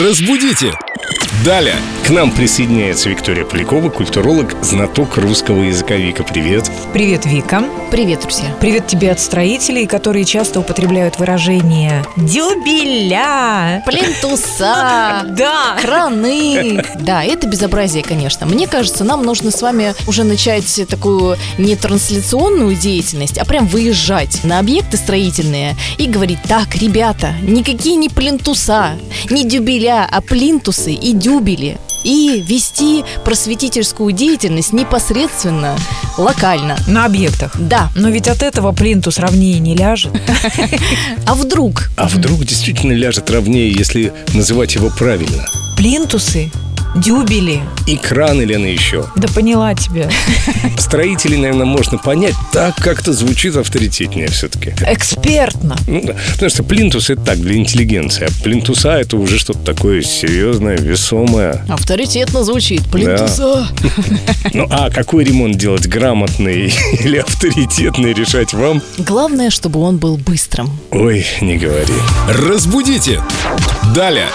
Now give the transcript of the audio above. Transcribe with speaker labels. Speaker 1: Разбудите! Далее к нам присоединяется Виктория Полякова, культуролог, знаток русского языка. Вика, привет.
Speaker 2: Привет, Вика.
Speaker 3: Привет, друзья.
Speaker 2: Привет тебе от строителей, которые часто употребляют выражение «дюбеля».
Speaker 3: Плинтуса,
Speaker 2: Да,
Speaker 3: краны. Да, это безобразие, конечно. Мне кажется, нам нужно с вами уже начать такую не трансляционную деятельность, а прям выезжать на объекты строительные и говорить, так, ребята, никакие не плинтуса, не дюбеля, а плинтусы и дюбели. И вести просветительскую деятельность непосредственно, локально.
Speaker 2: на объектах.
Speaker 3: Да,
Speaker 2: Но ведь от этого плинтус ровнее не ляжет.
Speaker 3: а вдруг?
Speaker 1: А вдруг действительно ляжет ровнее, если называть его правильно?
Speaker 2: Плинтусы, дюбели.
Speaker 1: Экран, Лена, еще.
Speaker 2: Да поняла тебя.
Speaker 1: Строителей, наверное, можно понять, так как-то звучит авторитетнее все-таки.
Speaker 2: Экспертно.
Speaker 1: Ну да, потому что плинтус это так, для интеллигенции, а плинтуса это уже что-то такое серьезное, весомое.
Speaker 3: Авторитетно звучит. Плинтуса.
Speaker 1: Ну а какой ремонт делать, грамотный или авторитетный, решать вам?
Speaker 3: Главное, чтобы он был быстрым.
Speaker 1: Ой, не говори.
Speaker 4: Разбудите! Далее!